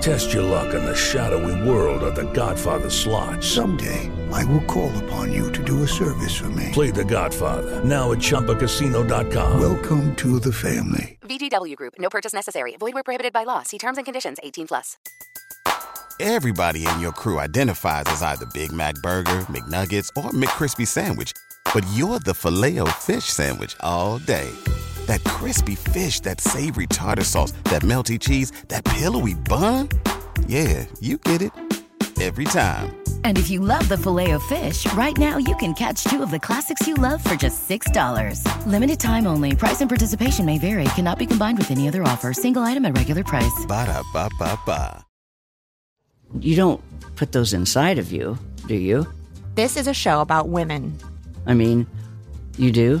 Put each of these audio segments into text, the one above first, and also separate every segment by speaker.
Speaker 1: Test your luck in the shadowy world of The Godfather slot.
Speaker 2: Someday, I will call upon you to do a service for me.
Speaker 1: Play The Godfather now at ChumbaCasino.com.
Speaker 2: Welcome to the family.
Speaker 3: VGW Group. No purchase necessary. Void where prohibited by law. See terms and conditions. 18 plus.
Speaker 4: Everybody in your crew identifies as either Big Mac Burger, McNuggets, or McCrispy Sandwich. But you're the filet fish Sandwich all day. That crispy fish, that savory tartar sauce, that melty cheese, that pillowy bun. Yeah, you get it. Every time.
Speaker 5: And if you love the filet of fish, right now you can catch two of the classics you love for just $6. Limited time only. Price and participation may vary. Cannot be combined with any other offer. Single item at regular price.
Speaker 4: Ba-da-ba-ba-ba.
Speaker 6: You don't put those inside of you, do you?
Speaker 7: This is a show about women.
Speaker 6: I mean, you do?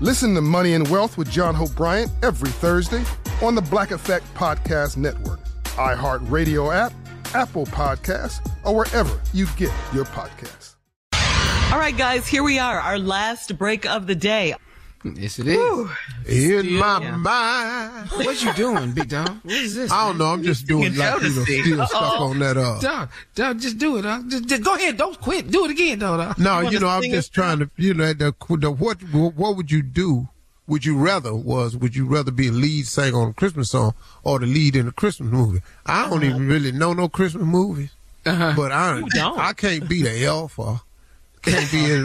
Speaker 8: Listen to Money and Wealth with John Hope Bryant every Thursday on the Black Effect Podcast Network, iHeartRadio app, Apple Podcasts, or wherever you get your podcasts.
Speaker 9: All right, guys, here we are, our last break of the day.
Speaker 10: Yes, it is.
Speaker 11: In still, my yeah. mind.
Speaker 10: What you doing, Big Dog? What is this?
Speaker 11: I don't know. I'm just doing like you know, still Uh-oh. stuck on that. Uh,
Speaker 10: dog, dog, just do it. Dog. Just, just, go ahead. Don't quit. Do it again, dog. dog.
Speaker 11: No, you, you know, I'm just trying to. You know, the, the, what what would you do? Would you rather was would you rather be a lead singer on a Christmas song or the lead in a Christmas movie? I don't uh-huh. even really know no Christmas movies, uh-huh. but I I can't be the elf or can't be. A,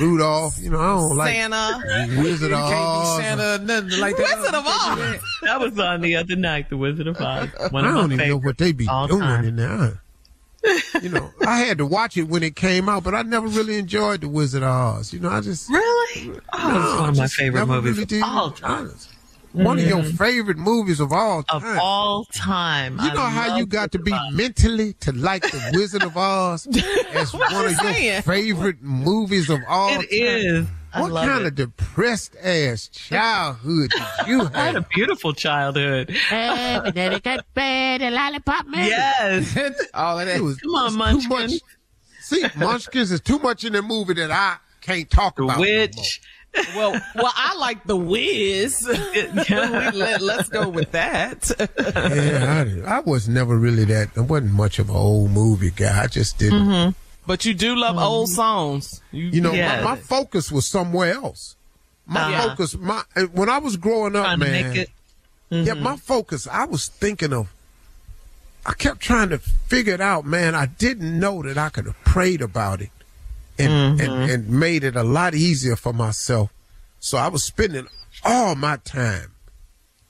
Speaker 11: Rudolph. You know, I don't like
Speaker 9: Santa.
Speaker 11: Wizard of Oz.
Speaker 10: Can't be Santa, nothing like
Speaker 9: that. Wizard of Oz.
Speaker 12: that was on the other night, The Wizard of Oz. One
Speaker 11: I
Speaker 12: of
Speaker 11: don't even know
Speaker 12: favorites.
Speaker 11: what they be
Speaker 12: All
Speaker 11: doing
Speaker 12: time.
Speaker 11: in there. you know, I had to watch it when it came out, but I never really enjoyed The Wizard of Oz. You know, I just
Speaker 12: really. Oh,
Speaker 11: no,
Speaker 12: it's one of my
Speaker 11: just
Speaker 12: favorite
Speaker 11: never
Speaker 12: movies
Speaker 11: really
Speaker 12: of
Speaker 11: did.
Speaker 12: all time.
Speaker 11: One of your
Speaker 12: Mhm.
Speaker 11: favorite movies of all
Speaker 12: Of
Speaker 11: time.
Speaker 12: all time.
Speaker 11: You know
Speaker 12: I
Speaker 11: how you
Speaker 12: love
Speaker 11: got to be
Speaker 12: Wizard of Oz.
Speaker 11: mentally to like The Wizard of Oz as
Speaker 9: What
Speaker 11: one
Speaker 9: I'm
Speaker 11: of your
Speaker 9: saying.
Speaker 11: favorite movies of all time.
Speaker 12: It is. I
Speaker 11: What
Speaker 12: love
Speaker 11: kind
Speaker 12: it.
Speaker 11: of depressed ass childhood did you
Speaker 12: I had a
Speaker 11: have?
Speaker 12: beautiful childhood.
Speaker 10: then it got bad and lollipop man.
Speaker 12: Yes.
Speaker 10: All of that.
Speaker 11: It was,
Speaker 12: Come on, Munchkin.
Speaker 11: it's Too much. See, Munchkins is too much in the movie that I can't talk
Speaker 12: The
Speaker 11: about. no more.
Speaker 12: Witch.
Speaker 9: Well, well, I like the whiz. Let, us go with that.
Speaker 11: yeah, I, did. I was never really that. I wasn't much of an old movie guy. I just didn't.
Speaker 9: Mm-hmm.
Speaker 11: Mm-hmm.
Speaker 9: But you do love old songs.
Speaker 11: You know,
Speaker 12: Yes.
Speaker 11: my, my focus was somewhere else. My
Speaker 12: Uh-huh.
Speaker 11: focus, my uh, when I was growing up,
Speaker 12: Trying to
Speaker 11: man.
Speaker 12: make it.
Speaker 11: Yeah,
Speaker 9: Mm-hmm.
Speaker 11: my focus. I was thinking of. I kept trying to figure it out, man. I didn't know that I could have prayed about it, and and, and made it a lot easier for myself. So I was spending all my time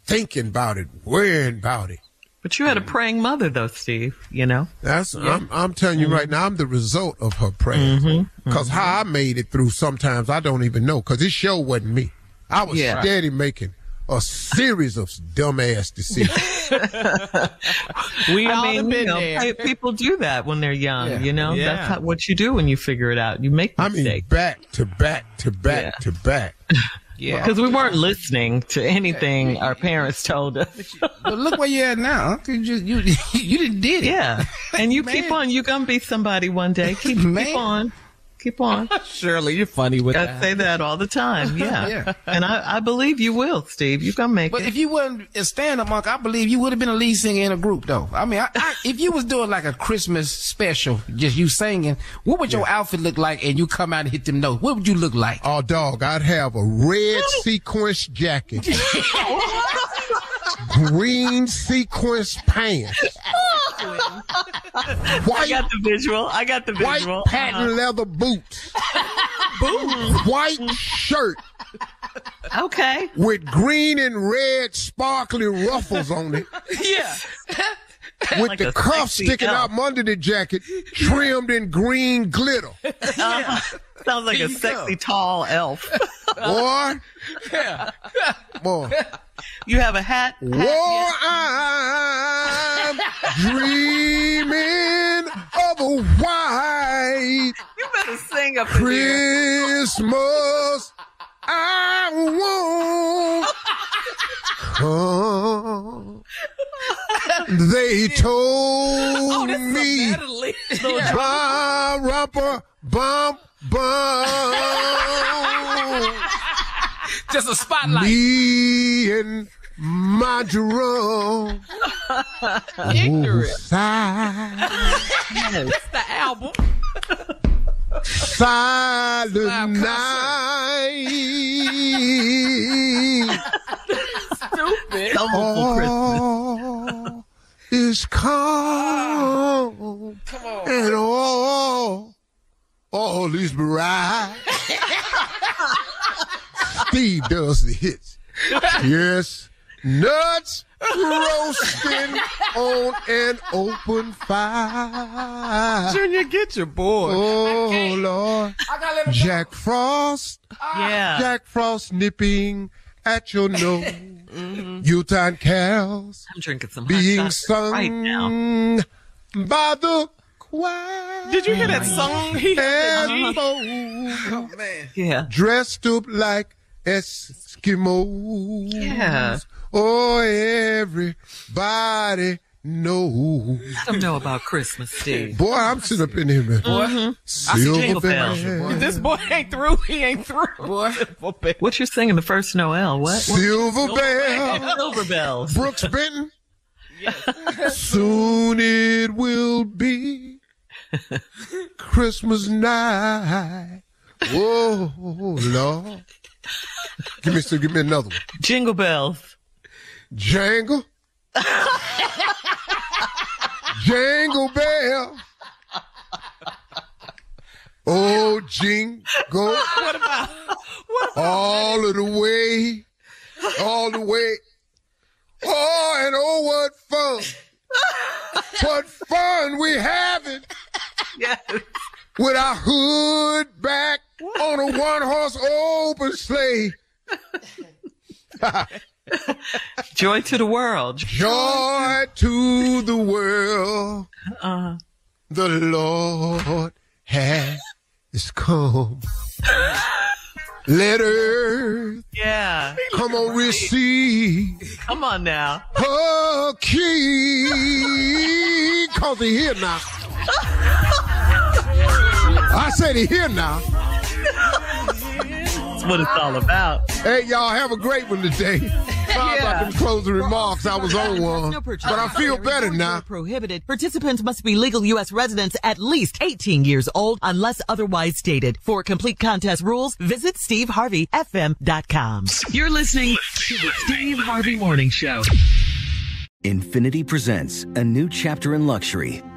Speaker 11: thinking about it, worrying about it.
Speaker 12: But you had a praying mother, though, Steve. You know.
Speaker 11: That's I'm, I'm telling you
Speaker 12: Mm-hmm.
Speaker 11: right now. I'm the result of her prayers. Cause how I made it through sometimes I don't even know. Cause this show wasn't me. I was
Speaker 9: Yeah.
Speaker 11: steady making a series of dumbass decisions.
Speaker 9: We all
Speaker 12: I mean,
Speaker 9: have
Speaker 12: you
Speaker 9: been
Speaker 12: know,
Speaker 9: there.
Speaker 12: pe- people do that when they're young.
Speaker 10: Yeah.
Speaker 12: You know,
Speaker 9: Yeah.
Speaker 12: that's how, what you do when you figure it out. You make
Speaker 11: I mean,
Speaker 12: mistakes
Speaker 11: back to back to back
Speaker 12: Yeah.
Speaker 11: to back.
Speaker 9: yeah.
Speaker 12: because we weren't listening to anything our parents told us.
Speaker 10: But look where you at now. huh? You just you you didn't did it.
Speaker 12: yeah, and you keep
Speaker 10: Man.
Speaker 12: on. You're gonna be somebody one day. Keep, keep
Speaker 10: Man.
Speaker 12: on.
Speaker 11: Keep on.
Speaker 13: Shirley, you're funny with
Speaker 11: I
Speaker 13: that.
Speaker 11: say that all the time. Yeah.
Speaker 13: Yeah.
Speaker 11: And I, I believe you will, Steve. You're going to make
Speaker 14: But
Speaker 11: it.
Speaker 14: if you wasn't a stand-up, Mark, I believe you would have been a lead singer in a group, though. I mean, I, I, if you was doing like a Christmas special, just you singing, what would your outfit look like? And you come out and hit them notes. What would you look like?
Speaker 8: Oh, dog, I'd have a red sequence jacket, green sequence pants,
Speaker 11: I got the visual. I got the
Speaker 8: white
Speaker 11: visual.
Speaker 8: patent
Speaker 11: Uh-huh.
Speaker 8: leather boots, white shirt
Speaker 11: Okay.
Speaker 8: with green and red sparkly ruffles on it,
Speaker 13: yeah.
Speaker 8: with
Speaker 11: Like
Speaker 8: the
Speaker 11: a
Speaker 8: cuff
Speaker 11: sexy
Speaker 8: sticking
Speaker 11: elf.
Speaker 8: out from under the jacket, trimmed in green glitter.
Speaker 11: Uh-huh. Sounds like a sexy tall elf.
Speaker 8: Boy, boy,
Speaker 11: You have a hat. hat,
Speaker 8: War,
Speaker 11: yeah.
Speaker 8: I'm dreaming of a white
Speaker 11: You better sing up in here.
Speaker 8: Christmas. I won't come. They
Speaker 14: Oh,
Speaker 8: told me my rumper bump bump.
Speaker 14: Just a spotlight.
Speaker 8: Me and my Jerome
Speaker 13: Ignorant.
Speaker 8: side,
Speaker 13: That's the album.
Speaker 8: silent night.
Speaker 13: Stupid.
Speaker 11: Soulful Christmas.
Speaker 8: All is calm and all, all is bright. Steve does the hits. Yes, nuts roasting on an open fire.
Speaker 13: Junior, get your boy.
Speaker 8: Oh Lord,
Speaker 14: I gotta let him
Speaker 8: Jack Frost.
Speaker 13: Ah.
Speaker 11: Yeah.
Speaker 8: Jack Frost nipping at your nose. Utah cows
Speaker 11: Mm-hmm. I'm drinking some
Speaker 8: being
Speaker 11: hot
Speaker 8: sung
Speaker 11: sauce right now.
Speaker 8: by the choir.
Speaker 13: Did you hear that song? He had
Speaker 8: And
Speaker 13: that
Speaker 8: folk
Speaker 11: Oh, Yeah.
Speaker 8: dressed up like Eskimos.
Speaker 11: Yeah.
Speaker 8: Oh, everybody knows.
Speaker 11: Some know about Christmas, Steve.
Speaker 8: Boy, I'm sitting up in here, man.
Speaker 11: jingle
Speaker 8: Silver
Speaker 11: bells.
Speaker 8: man.
Speaker 13: This boy ain't through. He ain't through. Boy.
Speaker 11: What you singing the first Noel? What?
Speaker 8: Silver bell.
Speaker 11: Silver bells.
Speaker 8: Brooks Benton. Soon it will be Christmas night. Whoa, Lord. Give me some, give me another one.
Speaker 11: Jingle bells.
Speaker 8: Jangle. Jangle bell. Oh, jingle. What about? All of the way. All the way. Oh, and oh, what fun. what fun we having
Speaker 11: Yes.
Speaker 8: with our hood back on a one horse Oh, open sleigh.
Speaker 11: Joy to the world.
Speaker 8: Joy to the world.
Speaker 11: Uh,
Speaker 8: The Lord has come. Let earth
Speaker 11: yeah.
Speaker 8: come on, receive
Speaker 11: Come on now.
Speaker 8: her king. Cause he here now. I said he here now.
Speaker 11: That's what it's all about.
Speaker 8: Hey, y'all, have a great one today. Sorry about them closing remarks. I was on one. But I feel better now.
Speaker 15: Prohibited. Participants must be legal U.S. residents at least 18 years old unless otherwise stated. For complete contest rules, visit SteveHarveyFM.com.
Speaker 11: You're listening to the Steve Harvey Morning Show.
Speaker 16: Infinity presents a new chapter in luxury,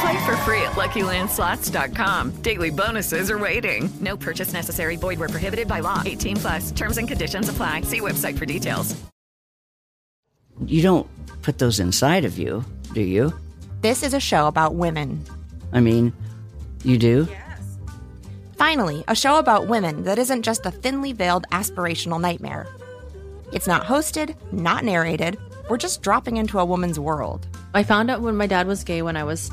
Speaker 17: Play for free at LuckyLandSlots.com. Daily bonuses are waiting.
Speaker 3: No purchase necessary. Void where prohibited by law. 18 plus terms and conditions apply. See website for details.
Speaker 6: You don't put those inside of you, do you?
Speaker 7: This is a show about women.
Speaker 6: I mean, you do?
Speaker 7: Finally, a show about women that isn't just a thinly veiled aspirational nightmare. It's not hosted, not narrated. We're just dropping into a woman's world.
Speaker 13: I found out when my dad was gay when I was